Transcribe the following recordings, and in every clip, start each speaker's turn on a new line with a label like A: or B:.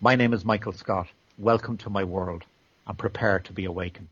A: My name is Michael Scott. Welcome to my world and prepare to be awakened.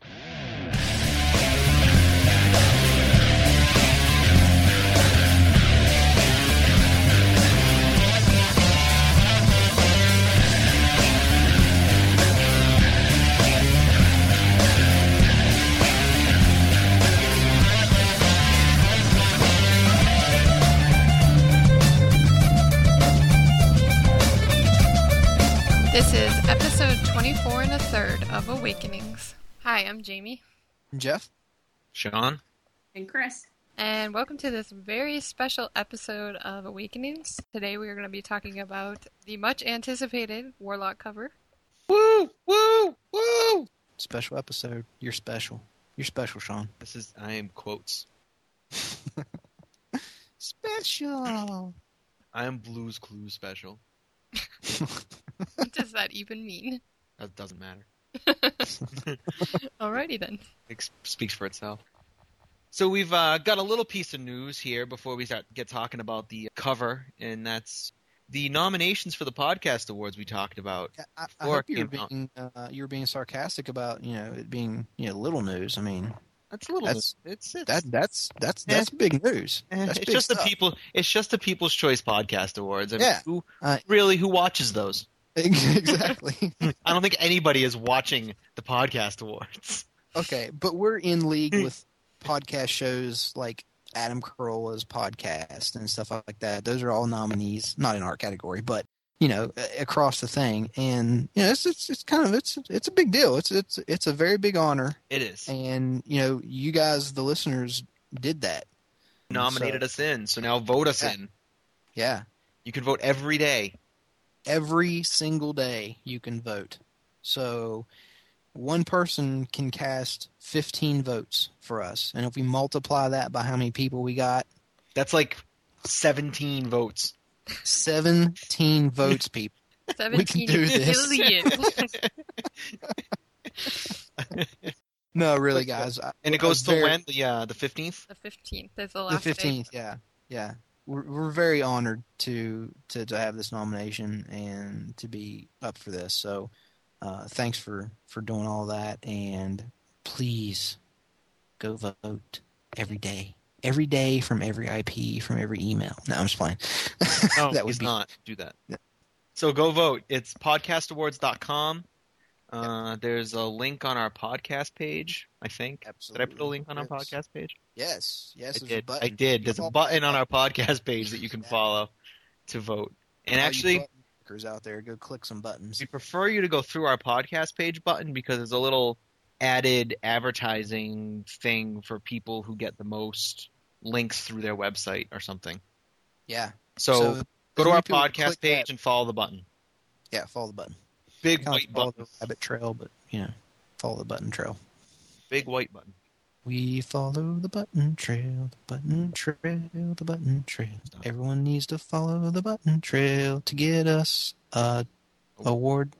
B: This is episode 24 and a third of Awakenings. Hi, I'm Jamie,
C: Jeff?
D: Sean?
E: And Chris.
B: and welcome to this very special episode of Awakenings. Today we are going to be talking about the much anticipated Warlock cover.
C: Woo! Woo! Woo! Special episode. You're special. You're special, Sean.
D: This is I am quotes.
C: Special.
D: I am Blues Clues special.
B: What does that even mean?
D: That doesn't matter.
B: Alrighty then.
D: It s- speaks for itself. So we've uh, got a little piece of news here before we start get talking about the cover, and that's the nominations for the podcast awards we talked about.
C: I, I
D: Before
C: hope
D: it
C: you're
D: came out.
C: being uh, you're being sarcastic about you know it being you know little news. I mean
D: That's a little.
C: That's-
D: bit- it's it's,
C: that that's that's that's big news.
D: eh,
C: That's
D: it's
C: big
D: just the
C: stuff.
D: people. It's just the People's Choice Podcast Awards. I mean,
C: Yeah.
D: Who
C: Uh,
D: really who watches those?
C: exactly.
D: I don't think anybody is watching the podcast awards.
C: okay, but we're in league
D: Hmm.
C: with podcast shows like Adam Carolla's podcast and stuff like that. Those are all nominees, not in our category, but you know, a- across the thing. And you know, it's it's, it's kind of it's it's a big deal. It's it's it's a very big honor.
D: It is
C: And you know, you guys, the listeners, did that.
D: nominated us in, so now vote us
C: Yeah.
D: in.
C: Yeah,
D: You can vote every day.
C: every single day you can vote. So one person can cast 15 votes for us. And if we multiply that by how many people we got,
D: That's like 17 votes.
C: 17 votes, people.
B: 17
C: do this.
B: billion.
C: No, really, guys. I-
D: And it goes
C: a
D: to
C: very-
D: when? The uh, the 15th?
B: the 15th is the
C: The
B: last day.
C: 15th, yeah. Yeah. We're, we're very honored to, to, to have this nomination and to be up for this. So uh, thanks for, for doing all that. And please go vote every day. Every day from every IP, from every email. No, I'm just playing.
D: No,
C: That would
D: he's
C: be-
D: not. Do that. So go vote. It's podcastawards.com. Uh, there's a link on our podcast page, I think. Did I put a
C: Absolutely.
D: link on our
C: Yes.
D: podcast page?
C: Yes. Yes.
D: I did. I did. There's a button on our podcast page that you can
C: Yeah.
D: follow to vote. And actually,
C: out there, go click some buttons.
D: we prefer you to go through our podcast page button because there's a little added advertising thing for people who get the most links through their website or something.
C: Yeah.
D: So, go
C: as
D: to
C: many
D: our
C: people
D: podcast
C: click that-
D: page and follow the button.
C: Yeah, follow the button.
D: Big
C: Kinda like
D: white
C: follow
D: button.
C: the rabbit trail, but you know, follow the button trail.
D: Big white button.
C: We follow the button trail, the button trail, the button trail.
D: Stop.
C: Everyone needs to follow the button trail to get us a award.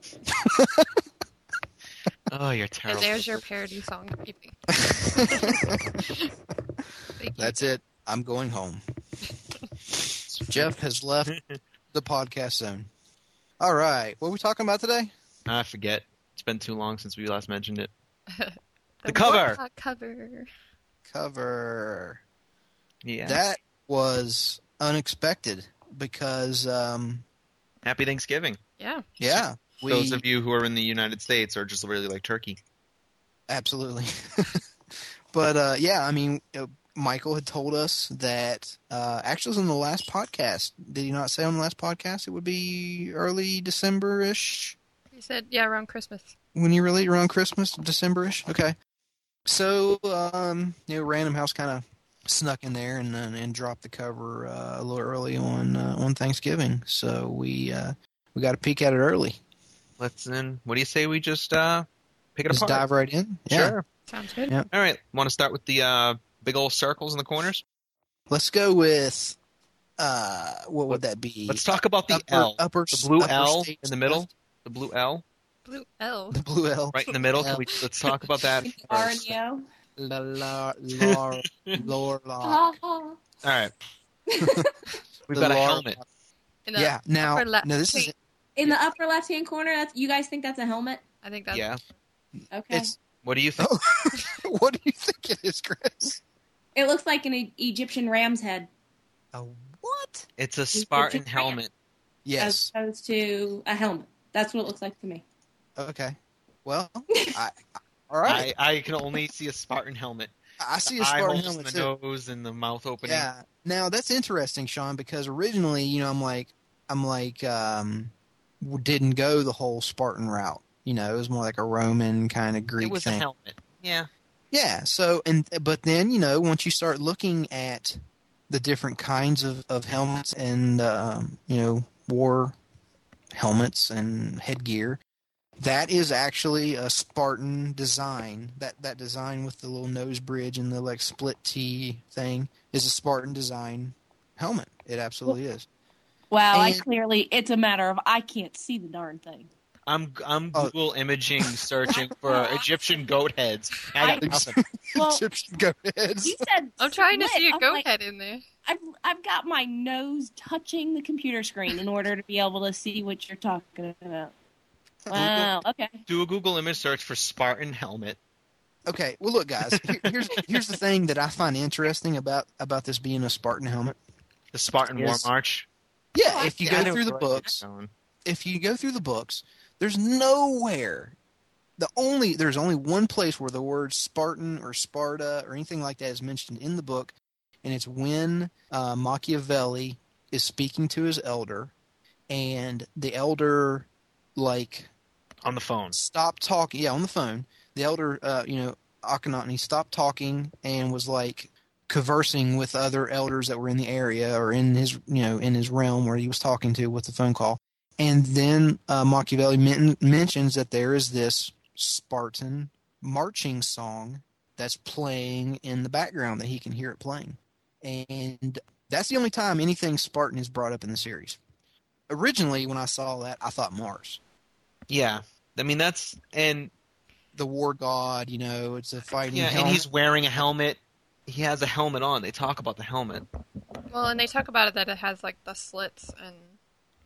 D: Oh, you're
B: And
D: terrible.
B: there's your parody song. Creepy. Thank you.
C: That's it. I'm going home. Jeff has left the podcast zone. All right, what are we talking about today?
D: I Ah, forget. It's been too long since we last mentioned it. the
B: Warlock
D: cover.
B: cover.
C: Cover.
D: Yeah.
C: That was unexpected because, um,
D: Happy Thanksgiving.
B: Yeah.
C: yeah, we
D: Those of you who are in the United States or just really like turkey.
C: absolutely. but uh, yeah, I mean, uh, Michael had told us that uh, actually it was on the last podcast. Did he not say on the last podcast it would be early December ish?
B: You said, yeah, around Christmas.
C: when you relate around Christmas, Decemberish. Okay. So, um, you know, Random House kind of snuck in there and and, and dropped the cover uh, a little early on uh, on Thanksgiving. So we uh, we got a peek at it early.
D: Let's then. What do you say we just uh, pick it
C: Just
D: apart?
C: dive right in. Yeah.
D: Sure.
B: Sounds good.
C: Yeah.
D: All right. Want to start with the uh, big old circles in the corners?
C: Let's go with uh, what would that be?
D: Let's talk about the
C: upper,
D: L.
C: upper
D: the blue
C: upper
D: L
C: stage
D: in the middle.
C: left,
D: The blue L
B: Blue L.
C: the blue L.
D: right in the middle. Can we, let's talk about that. First.
E: Arneo.
C: La la la la la.
E: Oh.
D: All right. We've
C: The
D: got a
C: Lar-
D: helmet.
B: In the
C: Yeah. Now,
B: upper left.
C: no, this is
B: Wait,
E: in the upper left hand corner. That's you guys think that's a helmet?
B: I think that's
D: Yeah.
E: Okay.
C: It's
D: What do you think?
C: what do you think it is, Chris?
E: it looks like an e- Egyptian ram's head
C: A what?
D: It's a Spartan
E: Egyptian
D: helmet.
E: as
C: Yes.
E: opposed to a helmet. That's what it looks like to me.
C: Okay. Well, I, I- all right.
D: I, I can only see a Spartan helmet.
C: I, see a
D: Eye
C: Spartan
D: holes
C: helmet
D: in
C: too.
D: the nose and the mouth opening.
C: Yeah. Now that's interesting, Sean, because originally, you know, I'm like, I'm like, um, w- didn't go the whole Spartan route. You know, it was more like a Roman kind of Greek
D: it was
C: thing.
D: a helmet. Yeah.
C: Yeah. So, and but then you know, once you start looking at the different kinds of of helmets and um, you know war helmets and headgear, that is actually a Spartan design. That that design with the little nose bridge and the like split T thing is a Spartan design helmet. It absolutely is.
E: Wow,
C: I
E: I
C: And-
E: clearly it's a matter of I can't see the darn thing.
D: I'm I'm
C: Oh.
D: Google imaging searching for Egyptian goat heads. I got
E: I-
D: nothing.
E: Well,
C: Egyptian goat heads.
E: you said
B: I'm trying to
E: split.
B: see a
E: I'm
B: goat
E: like,
B: head in there.
E: I've I've got my nose touching the computer screen in order to be able to see what you're talking about. Wow. Okay.
D: Do a Google image search for Spartan helmet.
C: Okay, well, look, guys. Here, here's here's the thing that I find interesting about about this being a Spartan helmet.
D: The Spartan
C: Yes.
D: War March.
C: Yeah, if you
D: Oh, I
C: go
D: know
C: through the
D: where that's
C: books,
D: going.
C: if you go through the books, there's nowhere. The only there's only one place where the word Spartan or Sparta or anything like that is mentioned in the book, and it's when uh, Machiavelli is speaking to his elder, and the elder like
D: on the phone.
C: Stop talking. Yeah, on the phone. The elder, uh, you know, Akhenaten, stopped talking and was like conversing with other elders that were in the area or in his, you know, in his realm where he was talking to with the phone call. And then uh, Machiavelli men- mentions that there is this Spartan marching song that's playing in the background that he can hear it playing. And that's the only time anything Spartan is brought up in the series. Originally, when I saw that, I thought Mars.
D: Yeah, I mean that's and
C: the war god. You know, it's a fighting.
D: yeah, and
C: helmet.
D: he's wearing a helmet. He has a helmet on. They talk about the helmet.
B: Well, and they talk about it that it has like the slits, and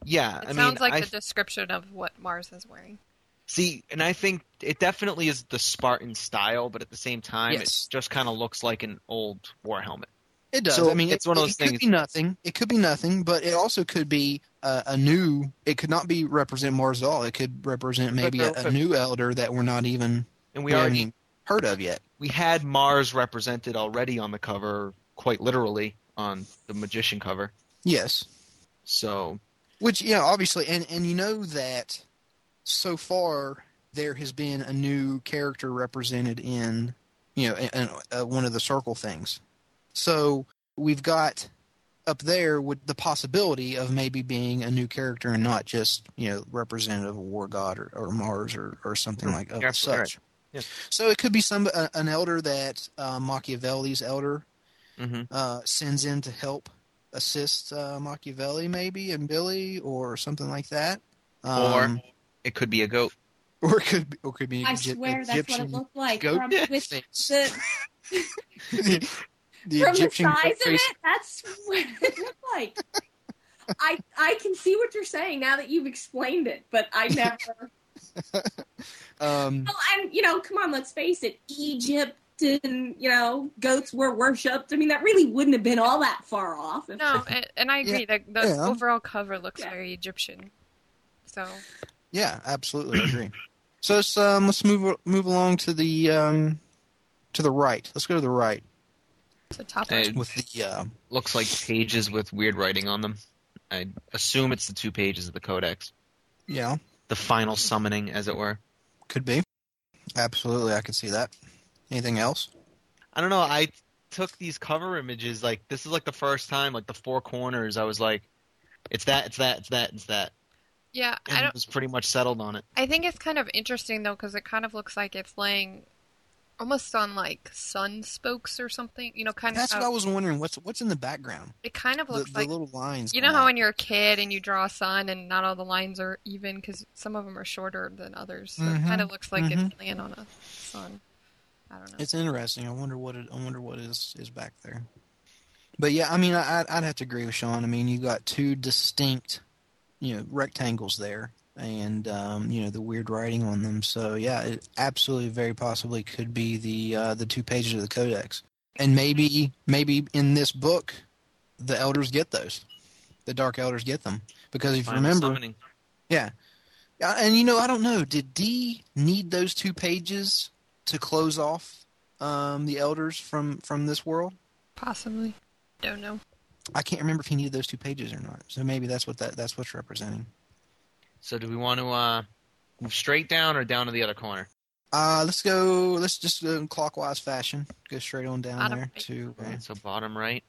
D: Yeah,
B: it
D: I mean,
B: sounds like
D: I
B: the description of what Mars is wearing.
D: see, and I think it definitely is the Spartan style, but at the same time,
C: Yes.
D: it just kind of looks like an old war helmet.
C: it does.
D: so
C: I mean,
D: it's
C: it,
D: one of those
C: it could
D: things-
C: be nothing. It could be nothing, but it also could be uh, a new. It could not be represent Mars at all. It could represent maybe a, a
D: but-
C: new elder that we're not even
D: And
C: we
D: we already
C: haven't heard of yet.
D: we had Mars represented already on the cover, quite literally on the Magician cover.
C: Yes,
D: So
C: which yeah, obviously, and and you know that so far there has been a new character represented in you know in, in, uh, one of the circle things. So we've got up there with the possibility of maybe being a new character and not just you know representative of War God or, or Mars or, or something
D: Mhm.
C: like of
D: You're absolutely
C: such.
D: Yeah.
C: So it could be some uh, an elder that uh, Machiavelli's elder
D: hmm
C: uh, sends in to help assist uh, Machiavelli, maybe, and Billy, or something like that. Um,
D: it could be a goat.
C: or it could be, or it could be
E: I
C: Egy-
E: swear that's what it
C: Egyptian
E: looked like
C: goat
E: from, with the,
C: face.
E: the,
C: the,
E: from the
C: Egyptian goat
E: size of
C: face.
E: it. That's what it looked like. I I can see what you're saying now that you've explained it, but I never.
C: Um,
E: well, and you know, come on, let's face it, Egypt. And you know, goats were worshipped. I mean, that really wouldn't have been all that far off. if-
B: No, and, and I agree. that The,
C: Yeah.
B: overall cover looks
E: Yeah.
B: very Egyptian. So
C: yeah, absolutely agree. So let's um, let's move move along to the um, to the right. Let's go to the right
B: it's a top
D: Hey.
C: with the uh,
D: Looks like pages with weird writing on them. I assume it's the two pages of the Codex.
C: yeah
D: the final summoning, as it were.
C: could be absolutely. I could see that. Anything else?
D: I don't know. I took these cover images like this is like the first time, like the four corners. I was like, it's that, it's that, it's that, it's that.
B: yeah, I
D: And
B: don't.
D: it was pretty much settled on it.
B: I think it's kind of interesting though because it kind of looks like it's laying almost on like sun spokes or something. You know, kind
C: That's
B: of.
C: what
B: how-
C: I was wondering. What's what's in the background?
B: it kind of
C: The,
B: looks
C: the
B: like
C: little lines.
B: you know
C: going
B: how
C: out.
B: when you're a kid and you draw a sun and not all the lines are even because some of them are shorter than others. So
C: Mhm,
B: It kind of looks like
C: mhm.
B: it's laying on a sun. I don't know.
C: It's interesting. I wonder what it. I wonder what is is back there. But yeah, I mean, I, I'd- I'd have to agree with Sean. I mean, you got two distinct you know rectangles there and um, you know the weird writing on them. So yeah, it absolutely very possibly could be the uh, the two pages of the codex, and maybe maybe in this book, the elders get those, the dark elders get them because if you
D: Final
C: remember,
D: summoning.
C: yeah, Uh, and you know I don't know, did D need those two pages to close off um, the elders from from this world?
B: Possibly. Don't know.
C: I can't remember if he needed those two pages or not. So maybe that's what that that's what's representing.
D: So do we want to uh, move straight down or down to the other corner?
C: Uh, let's go. Let's just go in clockwise fashion. Go straight on down
B: Bottom
C: there
B: right.
C: to uh,
D: Alright, so bottom right.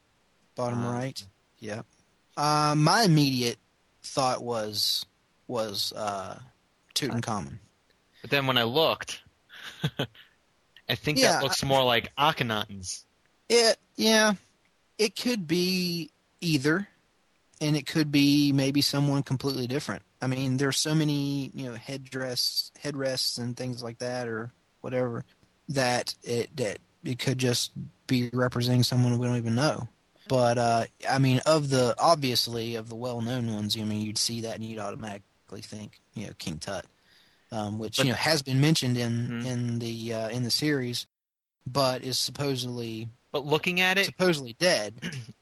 C: bottom
D: Uh,
C: right. Yep. Uh, my immediate thought was was uh, Tutankhamun.
D: But then when I looked, I think
C: Yeah,
D: that looks more like Akhenaten's.
C: It yeah, it could be either, and it could be maybe someone completely different. I mean, there's so many you know headdress headrests and things like that or whatever that it that it could just be representing someone we don't even know. But uh, I mean, of the obviously of the well-known ones, I mean, you'd see that and you'd automatically think you know King Tut, um, which
D: But-
C: you know has been mentioned in
D: Mhm.
C: in the uh, in the series, but is supposedly
D: But looking at it,
C: supposedly dead.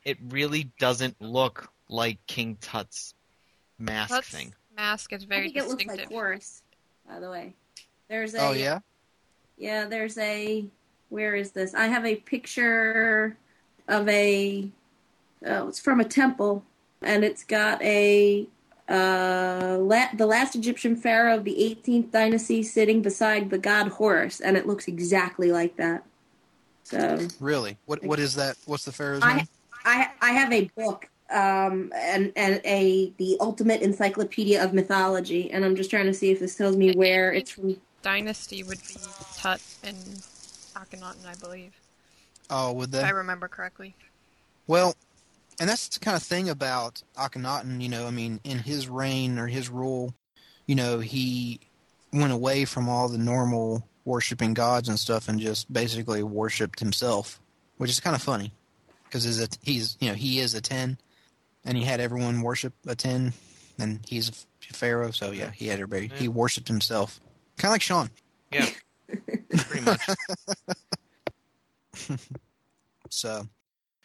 D: it really doesn't look like King Tut's mask
B: Tut's
D: thing.
B: mask is
E: I
B: very
E: think it looks
B: distinctive.
E: like horse. By the way, there's a
C: Oh yeah,
E: Yeah, there's a. Where is this? I have a picture of a. Oh, it's from a temple, and it's got a. Uh, la- the last Egyptian pharaoh of the 18th dynasty sitting beside the god Horus, and it looks exactly like that. So
C: really. What what is that? What's the pharaoh's
E: I,
C: name?
E: I, I have a book, um, and and a the ultimate encyclopedia of mythology, and I'm just trying to see if this tells me where it's from.
B: Dynasty would be Tut and Akhenaten, I believe,
C: Oh, would
B: if I
C: they?
B: remember correctly.
C: Well, and that's the kind of thing about Akhenaten. You know, I mean, in his reign or his rule, you know, he went away from all the normal worshiping gods and stuff, and just basically worshipped himself, which is kind of funny because he's you know he is a ten, and he had everyone worship a ten, and he's a pharaoh, so yeah, he had everybody. He worshipped himself, kind of like Sean.
D: Yeah, pretty much.
C: So,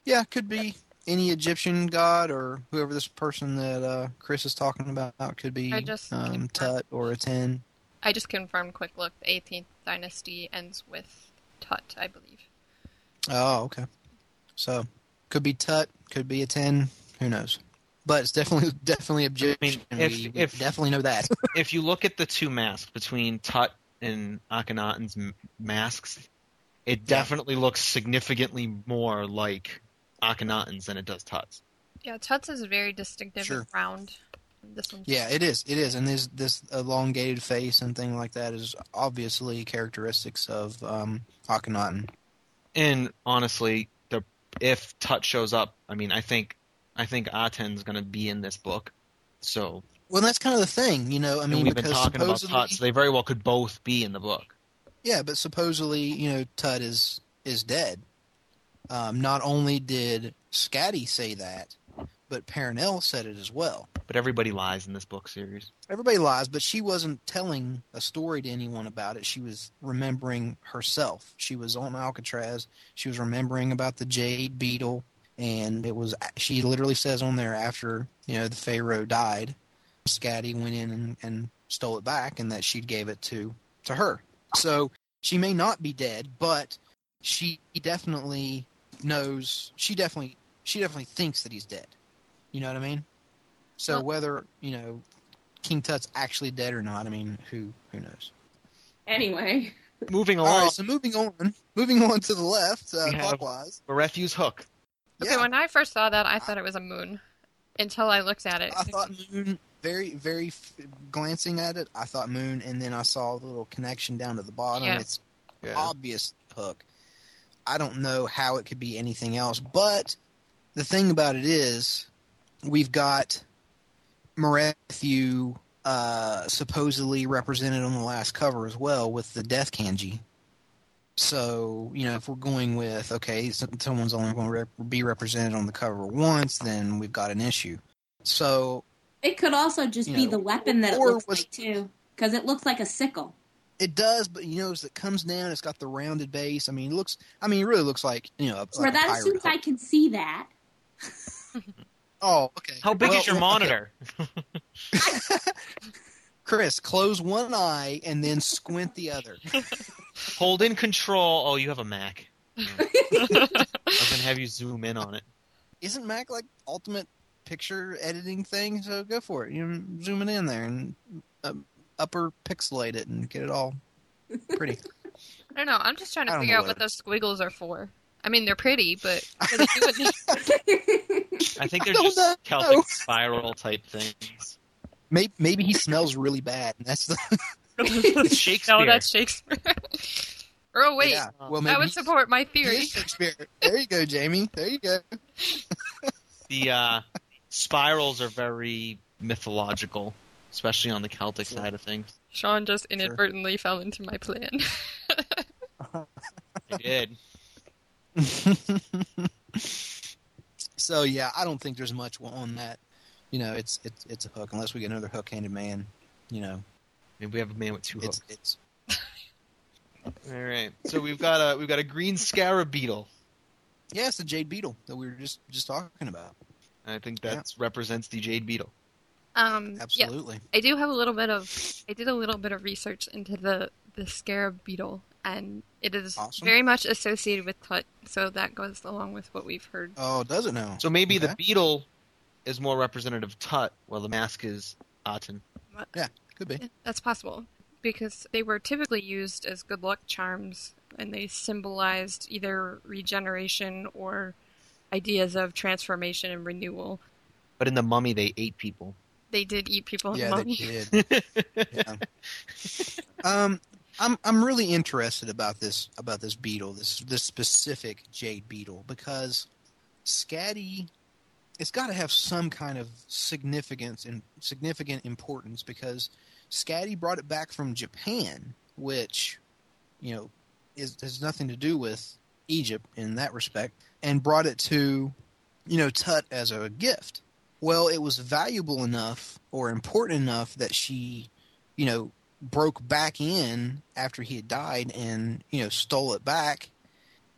C: yeah, could be any Egyptian god or whoever this person that uh, Chris is talking about could be
B: I just
C: um,
B: confirmed.
C: Tut or Aten.
B: I just confirmed quick look. The 18th dynasty ends with Tut, I believe.
C: Oh, okay. So, could be Tut, could be Aten. Who knows? But it's definitely definitely Egyptian.
D: if-
C: we, we
D: if-
C: definitely know that.
D: if you look at the two masks between Tut and Akhenaten's m- masks, it definitely looks significantly more like Akhenaten's than it does Tut's.
B: Yeah, Tut's is very distinctive
C: Sure.
B: and round. This one's
C: yeah, it is. It is, and this this elongated face and thing like that is obviously characteristics of um, Akhenaten.
D: And honestly, the, if Tut shows up, I mean, I think I think Aten's going to be in this book. So
C: Well, that's kind of the thing, you know. I
D: and
C: mean,
D: we've been
C: because
D: talking about
C: supposedly,
D: Tut, so they very well could both be in the book.
C: Yeah, but supposedly, you know, Tut is is dead. Um, not only did Scatty say that, but Parnell said it as well.
D: But everybody lies in this book series.
C: Everybody lies, but she wasn't telling a story to anyone about it. She was remembering herself. She was on Alcatraz. She was remembering about the jade beetle, and it was she literally says on there after you know the pharaoh died, Scatty went in and, and stole it back, and that she gave it to to her. So she may not be dead, but she definitely knows. She definitely she definitely thinks that he's dead. You know what I mean? So
B: Well-
C: whether you know King Tut's actually dead or not, I mean, who who knows?
E: Anyway.
D: Moving
C: All
D: along,
C: right, so moving on, moving on to the left uh,
D: We have-
C: clockwise.
D: Berefuse Hook.
B: Okay,
C: yeah,
B: when I first saw that, I thought it was a moon until I looked at it.
C: I thought Moon. Very, very f- glancing at it, I thought Moon, and then I saw a little connection down to the bottom.
B: Yeah.
C: It's obvious hook. I don't know how it could be anything else, but the thing about it is, we've got Morethu uh, supposedly represented on the last cover as well with the death kanji. So you know, if we're going with okay, so- someone's only going to rep- be represented on the cover once, then we've got an issue. So
E: It could also just
C: You
E: be
C: know,
E: the weapon that it
C: or
E: looks
C: was-
E: like too, because it looks like a sickle.
C: It does, but you know, as it comes down, it's got the rounded base. I mean, it looks. I mean, it really looks like you know. a- like
E: Where
C: a
E: that
C: pirate
E: assumes
C: hook.
E: I can see that.
C: Oh, okay.
D: How big
C: Well,
D: is your
C: well, okay.
D: monitor?
C: Chris, close one eye and then squint the other.
D: Hold in control. Oh, you have a Mac.
C: Mm.
D: I was gonna have you zoom in on it.
C: Isn't Mac like ultimate picture editing thing? So go for it. You zoom it in there and um, upper pixelate it and get it all pretty.
B: I don't know. I'm just trying
C: I
B: to
C: don't
B: figure
C: know
B: out what
C: what it
B: those squiggles are for. I mean, they're pretty, but what are they doing there?
D: I think they're
C: I don't
D: just
C: know.
D: Celtic spiral type things.
C: maybe, maybe he smells really bad, and that's the
D: Shakespeare.
B: No, that's Shakespeare. oh wait,
C: Yeah. Well, maybe
B: I would
C: he's-
B: support my
C: he
B: theory.
C: is Shakespeare. There you go, Jamie. There you go.
D: The uh, spirals are very mythological, especially on the Celtic side of things.
B: Sean just inadvertently fell into my plan.
D: I did.
C: So yeah, I don't think there's much on that. You know, it's it's it's a hook unless we get another hook-handed man. You know,
D: Maybe we have a man with two hooks.
C: it's it's
D: All right. So we've got a we've got a green scarab beetle.
C: yeah, it's the jade beetle that we were just just talking about.
D: I think
C: Yeah.
D: that represents the jade beetle.
B: um, yeah,
C: Absolutely.
B: I do have a little bit of I did a little bit of research into the the scarab beetle, and it is
C: Awesome.
B: very much associated with Tut, so that goes along with what we've heard.
C: Oh, does it now?
D: So maybe
C: Okay.
D: the beetle is more representative of Tut, while the mask is Aten.
C: Could be.
B: That's possible because they were typically used as good luck charms and they symbolized either regeneration or ideas of transformation and renewal.
D: But in the mummy, they ate people.
B: They did eat people in
C: Yeah,
B: the
C: they
B: mummy.
C: did. yeah. Um, I'm I'm really interested about this about this beetle, this this specific jade beetle, because Scatty, it's got to have some kind of significance and significant importance because Scatty brought it back from Japan, which, you know, is has nothing to do with Egypt in that respect, and brought it to, you know, Tut as a gift. Well, it was valuable enough or important enough that she, you know, broke back in after he had died and, you know, stole it back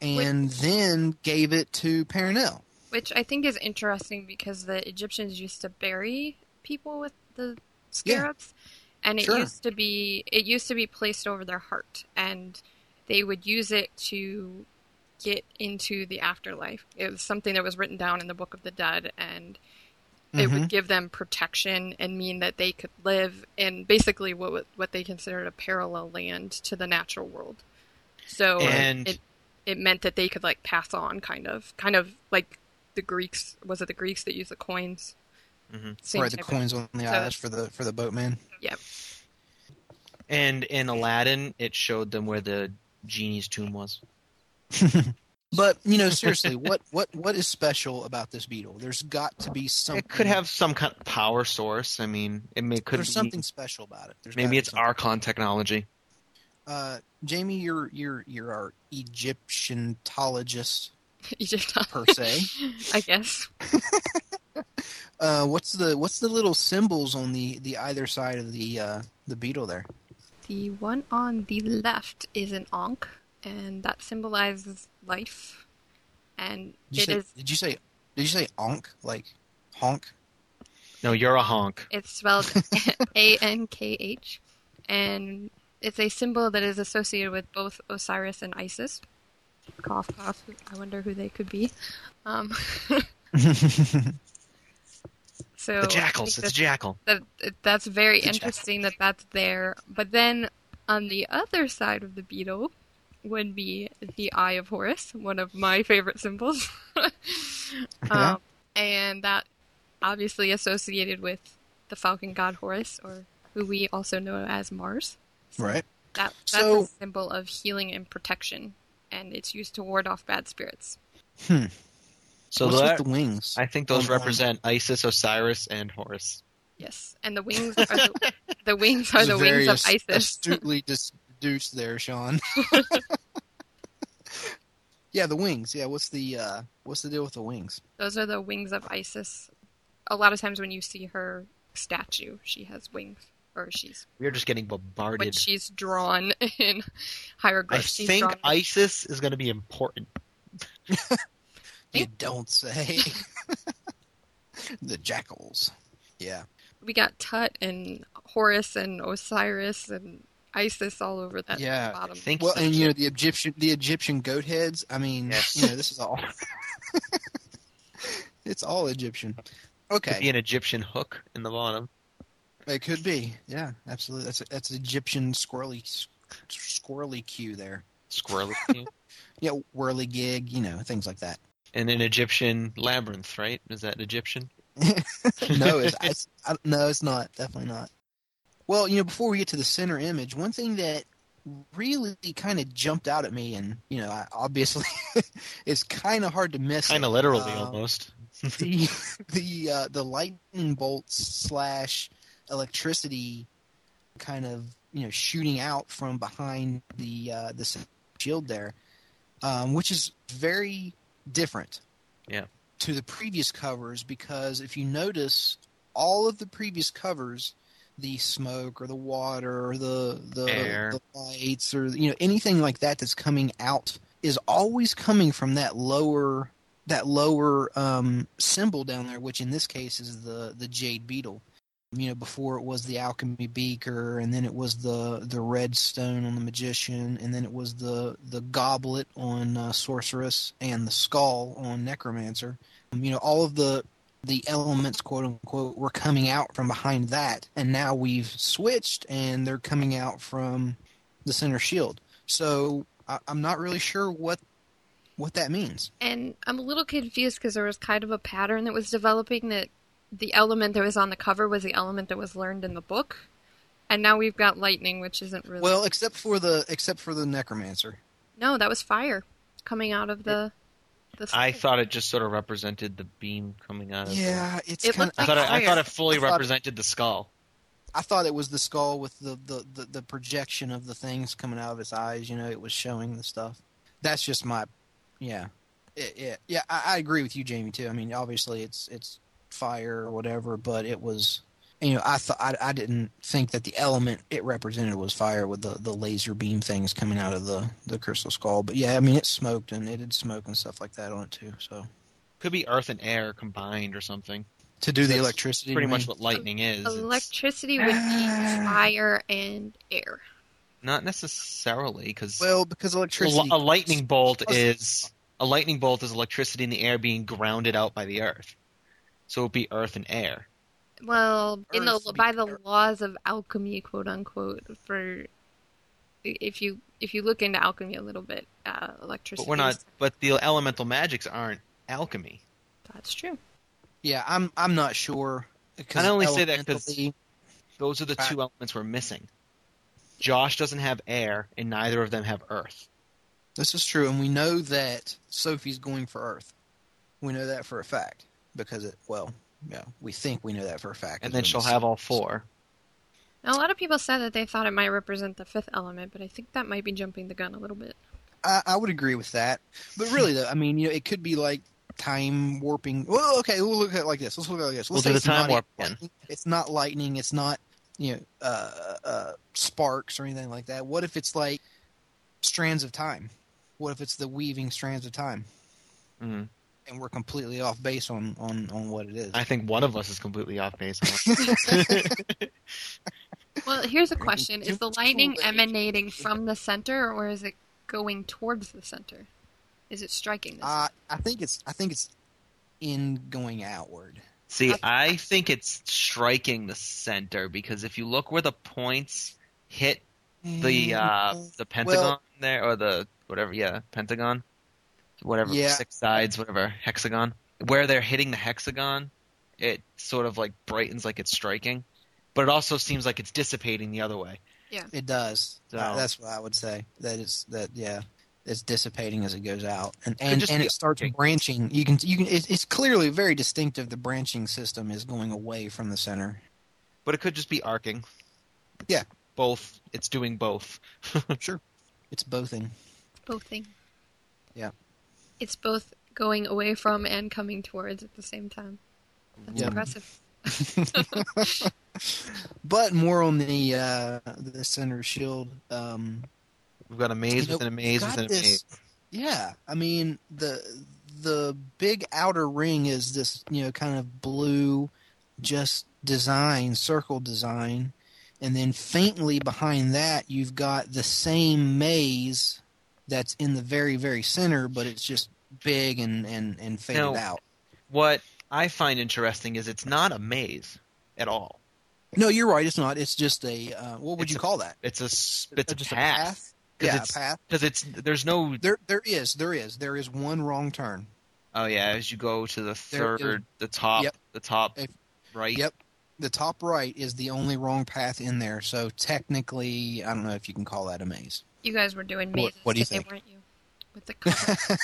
C: and then gave it to Parnell.
B: Which I think is interesting because the Egyptians used to bury people with the scarabs, and it
C: Sure.
B: used to be it used to be placed over their heart, and they would use it to get into the afterlife. It was something that was written down in the Book of the Dead, and it
C: Mhm.
B: would give them protection and mean that they could live in basically what what they considered a parallel land to the natural world. So
D: And-
B: it it meant that they could like pass on, kind of, kind of like the Greeks. Was it the Greeks that used the coins?
D: Mhm.
B: Same
C: right, the
B: type of-
C: coins on the
B: so-
C: eyes for the for the boatman.
D: And in Aladdin, it showed them where the genie's tomb was.
C: But, you know, seriously, what what what is special about this beetle? There's got to be something
D: It could have some kind of power source. I mean, it may could
C: there's
D: be-
C: something special about it. There's
D: Maybe
C: gotta be
D: it's
C: something.
D: Archon technology.
C: uh Jamie, you're you're you're our Egyptianologist
B: Egypt,
C: per se.
B: I guess.
C: Uh, what's the what's the little symbols on the the either side of the uh the beetle there?
B: The one on the left is an ankh, and that symbolizes life, and
C: Did you
B: it
C: say
B: is
C: did you say did you say onk like honk?
D: No, you're a honk.
B: It's spelled A N K H, and it's a symbol that is associated with both Osiris and Isis. Cough, cough. I wonder who they could be. Um, so I
D: The jackals.
B: think
D: It's a jackal.
B: that, that that's very
C: The jackals.
B: interesting that that's there. But then on the other side of the beetle would be the Eye of Horus, one of my favorite symbols.
C: Yeah.
B: um, and that obviously associated with the falcon god Horus, or who we also know as Mars.
C: right.
B: That, that's
C: So-
B: a symbol of healing and protection, and it's used to ward off bad spirits.
D: So
C: what's
D: that,
C: with the wings?
D: I think those
C: Um, um,
D: represent Isis, Osiris, and Horus.
B: Yes, and the wings are the, the wings are the
C: Very
B: wings of
C: as-
B: Isis.
C: Astutely dis- deduced there, Sean. yeah, the wings. Yeah, what's the uh what's the deal with the wings?
B: Those are the wings of Isis. A lot of times when you see her statue. She has wings, or she's
D: We are just getting
B: when
D: bombarded.
B: she's drawn in
D: I
B: hieroglyphs. she's
D: think
B: drawn-
D: ISIS is going to be important.
C: You don't say. the jackals. Yeah.
B: we got Tut and Horus and Osiris and Isis all over that
C: Yeah,
B: bottom.
D: Think
C: Well,
D: so.
C: and you know the Egyptian the Egyptian goat heads. I mean,
D: Yes.
C: you know this is all. it's all Egyptian.
D: Could be
C: Okay,
D: an Egyptian hook in the bottom.
C: it could be. Yeah, absolutely. That's that's Egyptian squirrely s- squirrely cue there.
D: Squirrel.
C: Yeah, whirly gig. You know things like that.
D: and an Egyptian labyrinth, right? Is that Egyptian?
C: no, it's, it's I, no, it's not. Definitely not. Well, you know, before we get to the center image, one thing that really kind of jumped out at me, and you know, I, obviously, it's kind of hard to miss. it.
D: kind of literally
C: Uh,
D: almost.
C: the the uh, the lightning bolts slash electricity kind of you know shooting out from behind the uh, the s- shield there, um, which is very different.
D: Yeah.
C: To the previous covers because if you notice all of the previous covers, the smoke or the water or the the,
D: Air.
C: the lights or you know anything like that that's coming out is always coming from that lower that lower um, symbol down there, which in this case is the the jade beetle. You know, before it was the alchemy beaker, and then it was the the red stone on the magician, and then it was the the goblet on uh, sorceress, and the skull on necromancer. Um, you know, all of the the elements, quote unquote, were coming out from behind that, and now we've switched, and they're coming out from the center shield. So I, I'm not really sure what what that means.
B: And I'm a little confused because there was kind of a pattern that was developing that the element that was on the cover was the element that was learned in the book, and now we've got lightning, which isn't really.
C: Well, except for the except for the necromancer.
B: no, that was fire coming out of the. the fire.
D: I thought it just sort of represented the beam coming out of.
C: Yeah, it's
B: It
C: kind
B: looked
D: The... I
B: like-
D: thought it, I thought it fully
C: I thought-
D: represented the skull.
C: I thought it was the skull with the, the, the, the projection of the things coming out of its eyes. You know, it was showing the stuff. That's just my, yeah, it, it, yeah. I, I agree with you, Jamie. Too. I mean, obviously it's it's fire or whatever, but it was. You know, I thought I, I didn't think that the element it represented was fire with the, the laser beam things coming out of the, the crystal skull. But yeah, I mean, it smoked and it had smoke and stuff like that on it too. So
D: Could be earth and air combined or something.
C: to do the
D: That's
C: electricity,
D: Pretty
C: you
D: much
C: mean?
D: what lightning is. It's
B: Electricity would be fire and air.
D: Not necessarily because
C: Well, because
D: a,
C: electricity.
D: li- a lightning bolt
C: Plus-
D: is a lightning bolt is electricity in the air being grounded out by the earth. So it'd be earth and air.
B: Well, in the
C: Earth
B: by the
C: beaker.
B: laws of alchemy, quote unquote, for if you if you look into alchemy a little bit, uh, electricity.
D: But we're not.
B: is-
D: But the elemental magics aren't alchemy.
B: That's true.
C: yeah, I'm. I'm not sure.
D: I only say that 'cause-
C: elementally-
D: Those are the
C: Right.
D: two elements we're missing. Josh doesn't have air, and neither of them have earth.
C: this is true, and we know that Sophie's going for Earth. We know that for a fact because it. Well, yeah, we think we know that for a fact.
D: And then she'll have all four.
B: Now, a lot of people said that they thought it might represent the fifth element, but I think that might be jumping the gun a little bit.
C: I, I would agree with that, but really though, I mean, you know, it could be like time warping. Well, okay, we'll look at it like this. Let's look at it like this.
D: We'll
C: Let's
D: do
C: say
D: the
C: it's
D: time
C: not
D: warp
C: lightning. It's not lightning. It's not you know uh, uh, sparks or anything like that. What if it's like strands of time? What if it's the weaving strands of time?
D: Mm.
C: and we're completely off base on on on what it is.
D: I think one of us is completely off base. on that.
B: Well, here's a question: Is the
C: Too
B: lightning
C: late.
B: emanating from the center, or is it going towards the center? Is it striking the
C: I Uh, I think it's I think it's in going outward.
D: See, I think it's striking the center because if you look where the points hit the uh,
C: Mm.
D: the pentagon there or the whatever, yeah, pentagon, whatever,
C: Yeah.
D: six sides, whatever, hexagon. Where they're hitting the hexagon, it sort of like brightens like it's striking, but it also seems like it's dissipating the other way.
C: it does.
D: So-
C: Uh, that's what I would say. That it's that yeah. It's dissipating as it goes out, and
D: Could
C: and,
D: just
C: and
D: be
C: it starts
D: okay.
C: branching. You can you can. It, it's clearly very distinctive. The branching system is going away from the center.
D: But it could just be arcing.
C: Yeah.
D: Both. It's doing both.
C: sure, it's bothing.
B: both thing?
C: Yeah.
B: It's both going away from and coming towards at the same time. That's
C: Yeah.
D: Mm-hmm.
B: impressive.
C: but more on the uh, the center shield. Um,
D: We've got a maze
C: You know,
D: within a maze
C: got
D: within a
C: this-
D: maze.
C: yeah, I mean the the big outer ring is this you know kind of blue, just design circle design, and then faintly behind that you've got the same maze that's in the very very center, but it's just big and and and faded
D: Now-
C: out.
D: What I find interesting is it's not a maze at all.
C: No, you're right. It's not. It's just a uh, what would
D: It's
C: you
D: a-
C: call that?
D: It's a s- it's a
C: Just
D: path
C: Yeah,
D: it's
C: a path.
D: because it's there's no
C: There, there is, there is, there is one wrong turn.
D: oh yeah as you go to the
C: There is-
D: third the top
C: Yep.
D: the top
C: If-
D: right
C: Yep, the top right is the only wrong path in there. So technically, I don't know if you can call that a maze.
B: You guys were doing
C: What-
B: mazes
C: what do you
B: today,
C: think?
B: weren't you? With the cover.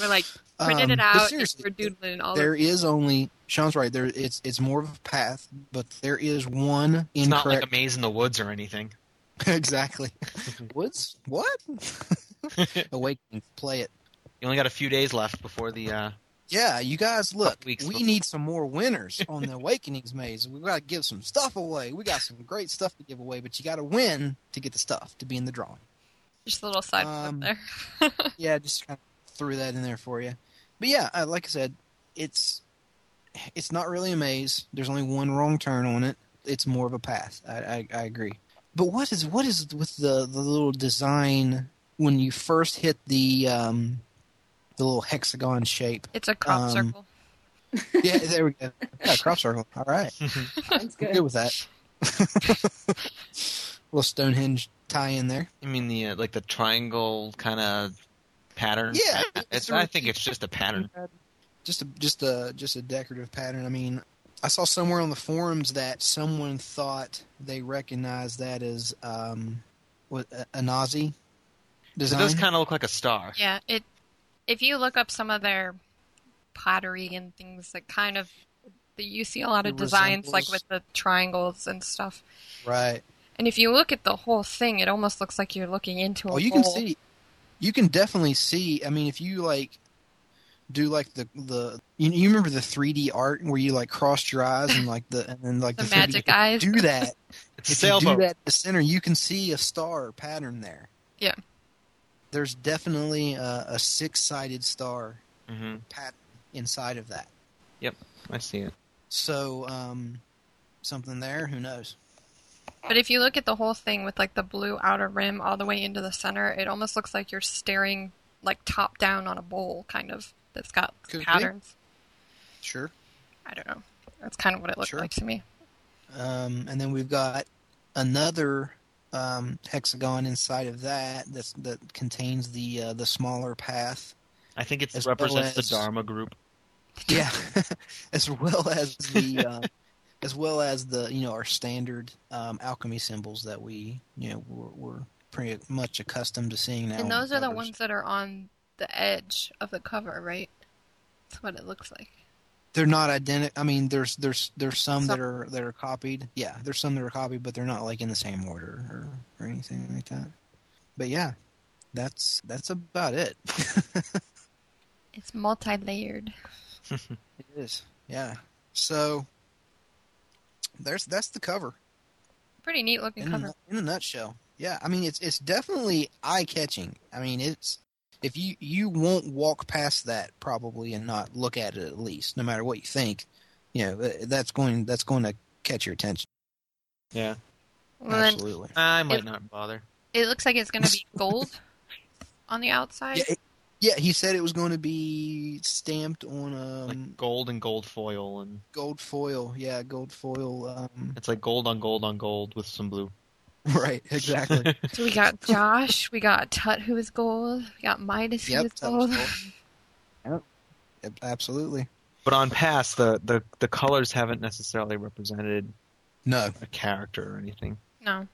B: we're like printed
C: Um,
B: it
C: but
B: out. and
C: seriously,
B: We're doodling all
C: There
B: over.
C: is only Sean's right. There, it's it's more of a path, but there is one
D: it's not like a
C: incorrect.
D: maze in the woods or anything
C: exactly. Woods, what? Awakening, play it.
D: you only got a few days left before the uh
C: Yeah, you guys, look,
D: weeks
C: we
D: before-
C: need some more winners on the Awakenings maze. We got to give some stuff away. We got some great stuff to give away, but you got to win to get the stuff to be in the drawing.
B: Just a little side
C: um,
B: note there.
C: Yeah, just kind of threw that in there for you. But yeah, uh, like I said, it's it's not really a maze. There's only one wrong turn on it. It's more of a path. I, I, I agree. But what is what is with the the little design when you first hit the um, the little hexagon shape?
B: It's a crop
C: um,
B: circle.
C: Yeah, there we go. Yeah, crop circle. All right.
E: Sounds
C: I'm
E: good.
C: good with that. little Stonehenge tie in there.
D: I mean the uh, like the triangle kind of pattern
C: Yeah,
D: I-
C: it's
D: it's,
C: a
D: I think it's just a pattern
C: Just a just a just a decorative pattern. I mean, I saw somewhere on the forums that someone thought they recognized that as um, what a, a Nazi
D: it
C: design.
D: does kind of look like a star
B: Yeah, it. If you look up some of their pottery and things, that kind of that you see a lot
C: It
B: of designs like
C: resembles-
B: with the triangles and stuff.
C: right.
B: And if you look at the whole thing, it almost looks like you're looking into a
C: Oh, you can
B: hole.
C: see. You can definitely see. I mean, if you like do like the the you, you remember the 3D art where you like crossed your eyes and like the and then like
B: the
C: 3D
B: magic eyes.
C: do that
D: it's
C: if
D: a
C: you do
D: sailboat
C: that at the center, you can see a star pattern there.
B: Yeah.
C: There's definitely a, a six-sided star
D: hmm
C: pattern inside of that.
D: I see it
C: So um, something there, who knows?
B: But if you look at the whole thing with like the blue outer rim all the way into the center, it almost looks like you're staring like top down on a bowl, kind of that's got
C: Could be.
B: patterns.
C: Sure.
B: I don't know. That's kind of what it looked
C: Sure.
B: like to me.
C: Um, and then we've got another um, hexagon inside of that that's, that contains the uh, the smaller path.
D: I think it
C: As well
D: represents
C: as-
D: the Dharma group
C: Yeah, as well as the uh, as well as the you know our standard um, alchemy symbols that we you know we're, we're pretty much accustomed to seeing now.
B: and
C: on
B: those are the
C: covers.
B: ones that are on the edge of the cover, right? That's what it looks like.
C: They're not identical. I mean, there's there's there's some, that
B: Some-
C: are that are copied. Yeah, there's some that are copied, but they're not like in the same order or, or anything like that. But yeah, that's that's about it.
B: It's multi-layered.
C: It is. Yeah. So there's that's the cover.
B: Pretty neat looking
C: in a,
B: cover.
C: nut- in a nutshell. Yeah, I mean it's it's definitely eye catching. I mean it's if you you won't walk past that probably and not look at it at least, no matter what you think. You know uh, that's going that's going to catch your attention.
D: yeah
B: Well, then
C: Absolutely.
D: I might
B: It-
D: not bother
B: it looks like it's going to be gold on the outside.
C: Yeah, it- yeah, he said it was going to be stamped on um,
D: like gold and gold foil and
C: gold foil. Yeah, gold foil. Um,
D: it's like gold on gold on gold with some blue
C: right, exactly.
B: So we got Josh, we got Tut who is gold, we got Midas who
C: yep,
B: is
C: that was
B: gold.
C: gold. Yep, Yep, absolutely.
D: But on pass, the, the, the colors haven't necessarily represented
C: No,
D: a character or anything.
B: No,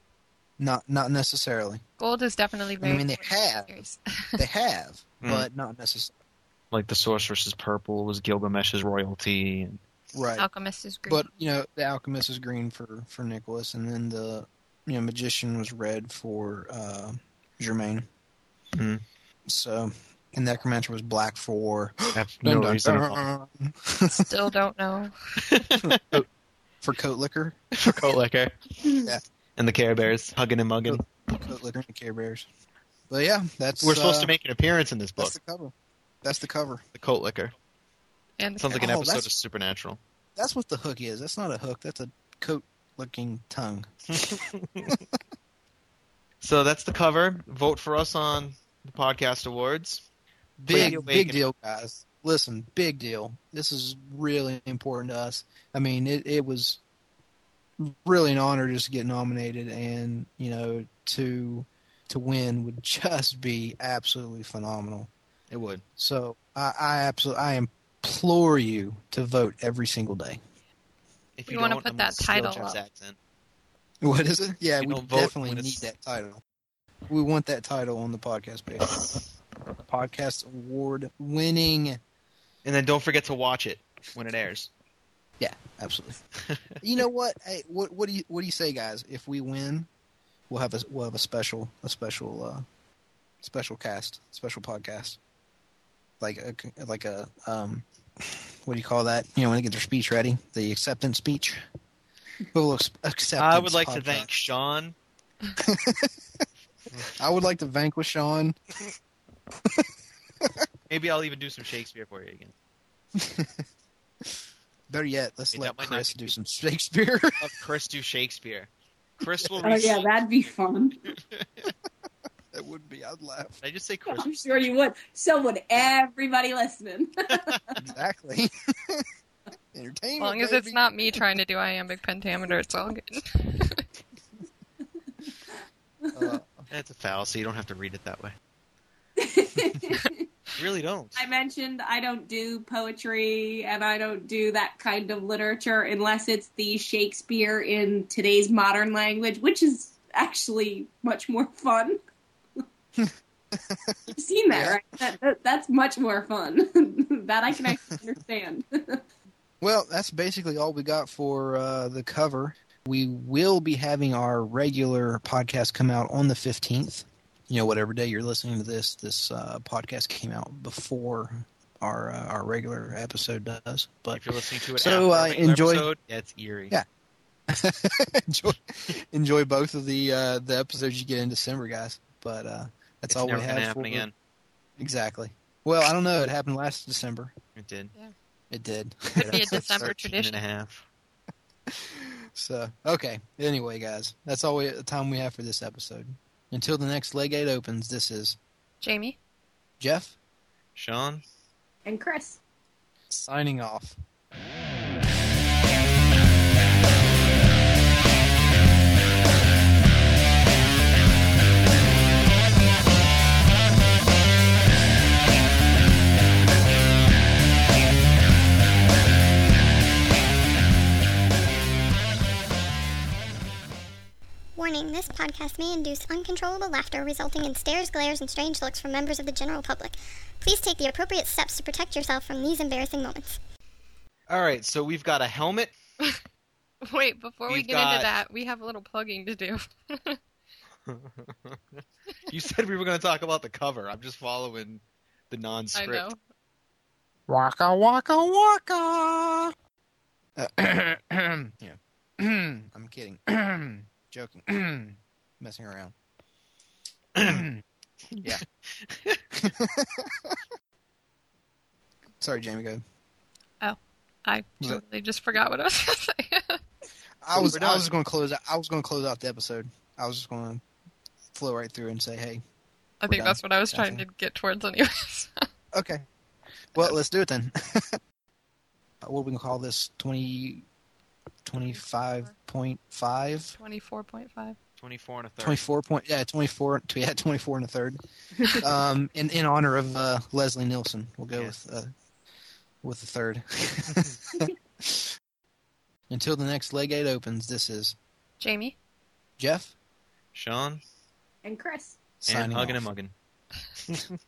C: not not necessarily.
B: gold is definitely very.
C: mean, they
B: important in
C: have.
B: the series.
C: They have,
D: Mm.
C: but not necessarily.
D: Like the Sorceress's purple was Gilgamesh's royalty. And
C: Right.
B: Alchemist is green.
C: But you know, the alchemist was green for for Nicholas, and then the you know magician was red for uh, Germaine.
D: Hmm.
C: So, and necromancer was black for
D: have
C: Dun,
D: no
C: dun,
D: reason at all.
C: dun.
B: Still don't know.
C: for coat liquor.
F: for Coat Liquor.
C: Yeah.
F: And the Care Bears hugging and mugging.
C: Coat liquor and Care Bears. But yeah, that's
D: We're supposed
C: uh,
D: to make an appearance in this book.
C: that's the cover. That's the cover.
D: The Coat Liquor.
B: And the
D: Sounds like an
C: Oh,
D: episode
C: that's-
D: of Supernatural.
C: That's what the hook is. That's not a hook. That's a coat looking tongue.
D: So that's the cover. Vote for us on the podcast awards.
C: Big
D: Please
C: big
D: awaken.
C: deal, guys. Listen, big deal. This is really important to us. I mean, it, it was really an honor just to get nominated, and you know, to to win would just be absolutely phenomenal.
D: It would.
C: So I, I absolutely, I implore you to vote every single day.
D: If
B: We wanna
D: don't,
B: put
D: I'm
B: that
D: gonna steal
B: title
D: Jeff's
B: up.
D: accent.
C: What is it? Yeah,
D: You
C: we
D: don't vote
C: definitely
D: when
C: need
D: it's-
C: that title. We want that title on the podcast page. podcast award winning.
D: And then don't forget to watch it when it airs.
C: Absolutely. you know what? Hey, what what do you what do you say, guys? If we win, we'll have a we'll have a special a special uh, special cast special podcast. Like a like a um, what do you call that? You know when they get their speech ready, the acceptance speech. We'll ex- acceptance
D: I would like to
C: podcast.
D: thank Sean.
C: I would like to vanquish Sean.
D: Maybe I'll even do some Shakespeare for you again.
C: Better yet, let's
D: Hey, that
C: let
D: might not
C: Chris
D: be-
C: do some Shakespeare.
D: Have Chris do Shakespeare. Chris will.
G: Oh
D: Receive,
G: yeah, that'd be fun.
C: that would be. I'd laugh.
D: Did I just say Chris?
G: I'm sure you would. So would everybody listening.
C: Exactly.
B: As
C: Entertainment.
B: long as it's
C: baby.
B: not me trying to do iambic pentameter, it's all good.
C: Uh,
D: That's a fallacy. You don't have to read it that way. You really don't.
G: I mentioned I don't do poetry and I don't do that kind of literature unless it's the Shakespeare in today's modern language, which is actually much more fun. You've seen that,
C: Yeah.
G: right? That, that, that's much more fun. that I can actually understand.
C: Well, that's basically all we got for uh, the cover. We will be having our regular podcast come out on the 15th. You know, whatever day you're listening to this, this uh, podcast came out before our uh, our regular episode does. But
D: If you're listening to it,
C: So,
D: after a
C: uh,
D: regular
C: enjoy-
D: Episode, that's eerie.
C: Yeah. enjoy, enjoy both of the uh, the episodes you get in December, guys. But uh, that's
D: it's
C: all we
D: never gonna
C: have.
D: happen
C: for-
D: again.
C: Exactly. Well, I don't know. It happened last December.
D: It did.
C: It did.
B: Could be a
D: Episode
B: December
D: 13
B: tradition.
D: And a half.
C: So okay. Anyway, guys, that's all we, the time we have for this episode. Until the next legate opens, this is
B: Jamie?
C: Jeff
D: Sean.
G: and Chris.
C: signing off.
H: Warning this podcast may induce uncontrollable laughter resulting in stares, glares, and strange looks from members of the general public. Please take the appropriate steps to protect yourself from these embarrassing moments.
D: All right, so we've got a helmet.
B: Wait, before we
D: We've
B: get
D: got-
B: into that, we have a little plugging to do.
D: You said we were going to talk about the cover. I'm just following the
B: I
D: non-script.
B: know.
C: Waka waka waka. Uh, yeah. I'm kidding. Joking. Messing around. yeah. Sorry, Jamie. Go. ahead.
B: I
C: Was it-
B: totally just forgot what I was going to say.
C: I was I
D: We're done.
C: was going to close. out- I was going to close out the episode. I was just going to flow right through and say, "Hey,
B: I think
C: done.
B: that's what I was
C: That's
B: trying to get towards, anyways.
C: okay, well, let's do it then." Uh, what are we gonna call this? Twenty, twenty-five point five.
B: 24.5.
D: 24 and a third.
C: 24 point yeah 24 tw- yeah 24 and a third um in, in honor of uh leslie nielsen we'll go
D: Yes.
C: with uh with the third until the next legate opens this is
B: Jamie?
C: jeff
D: Sean
G: And Chris.
D: and
C: signing
D: hugging
C: off.
D: and mugging.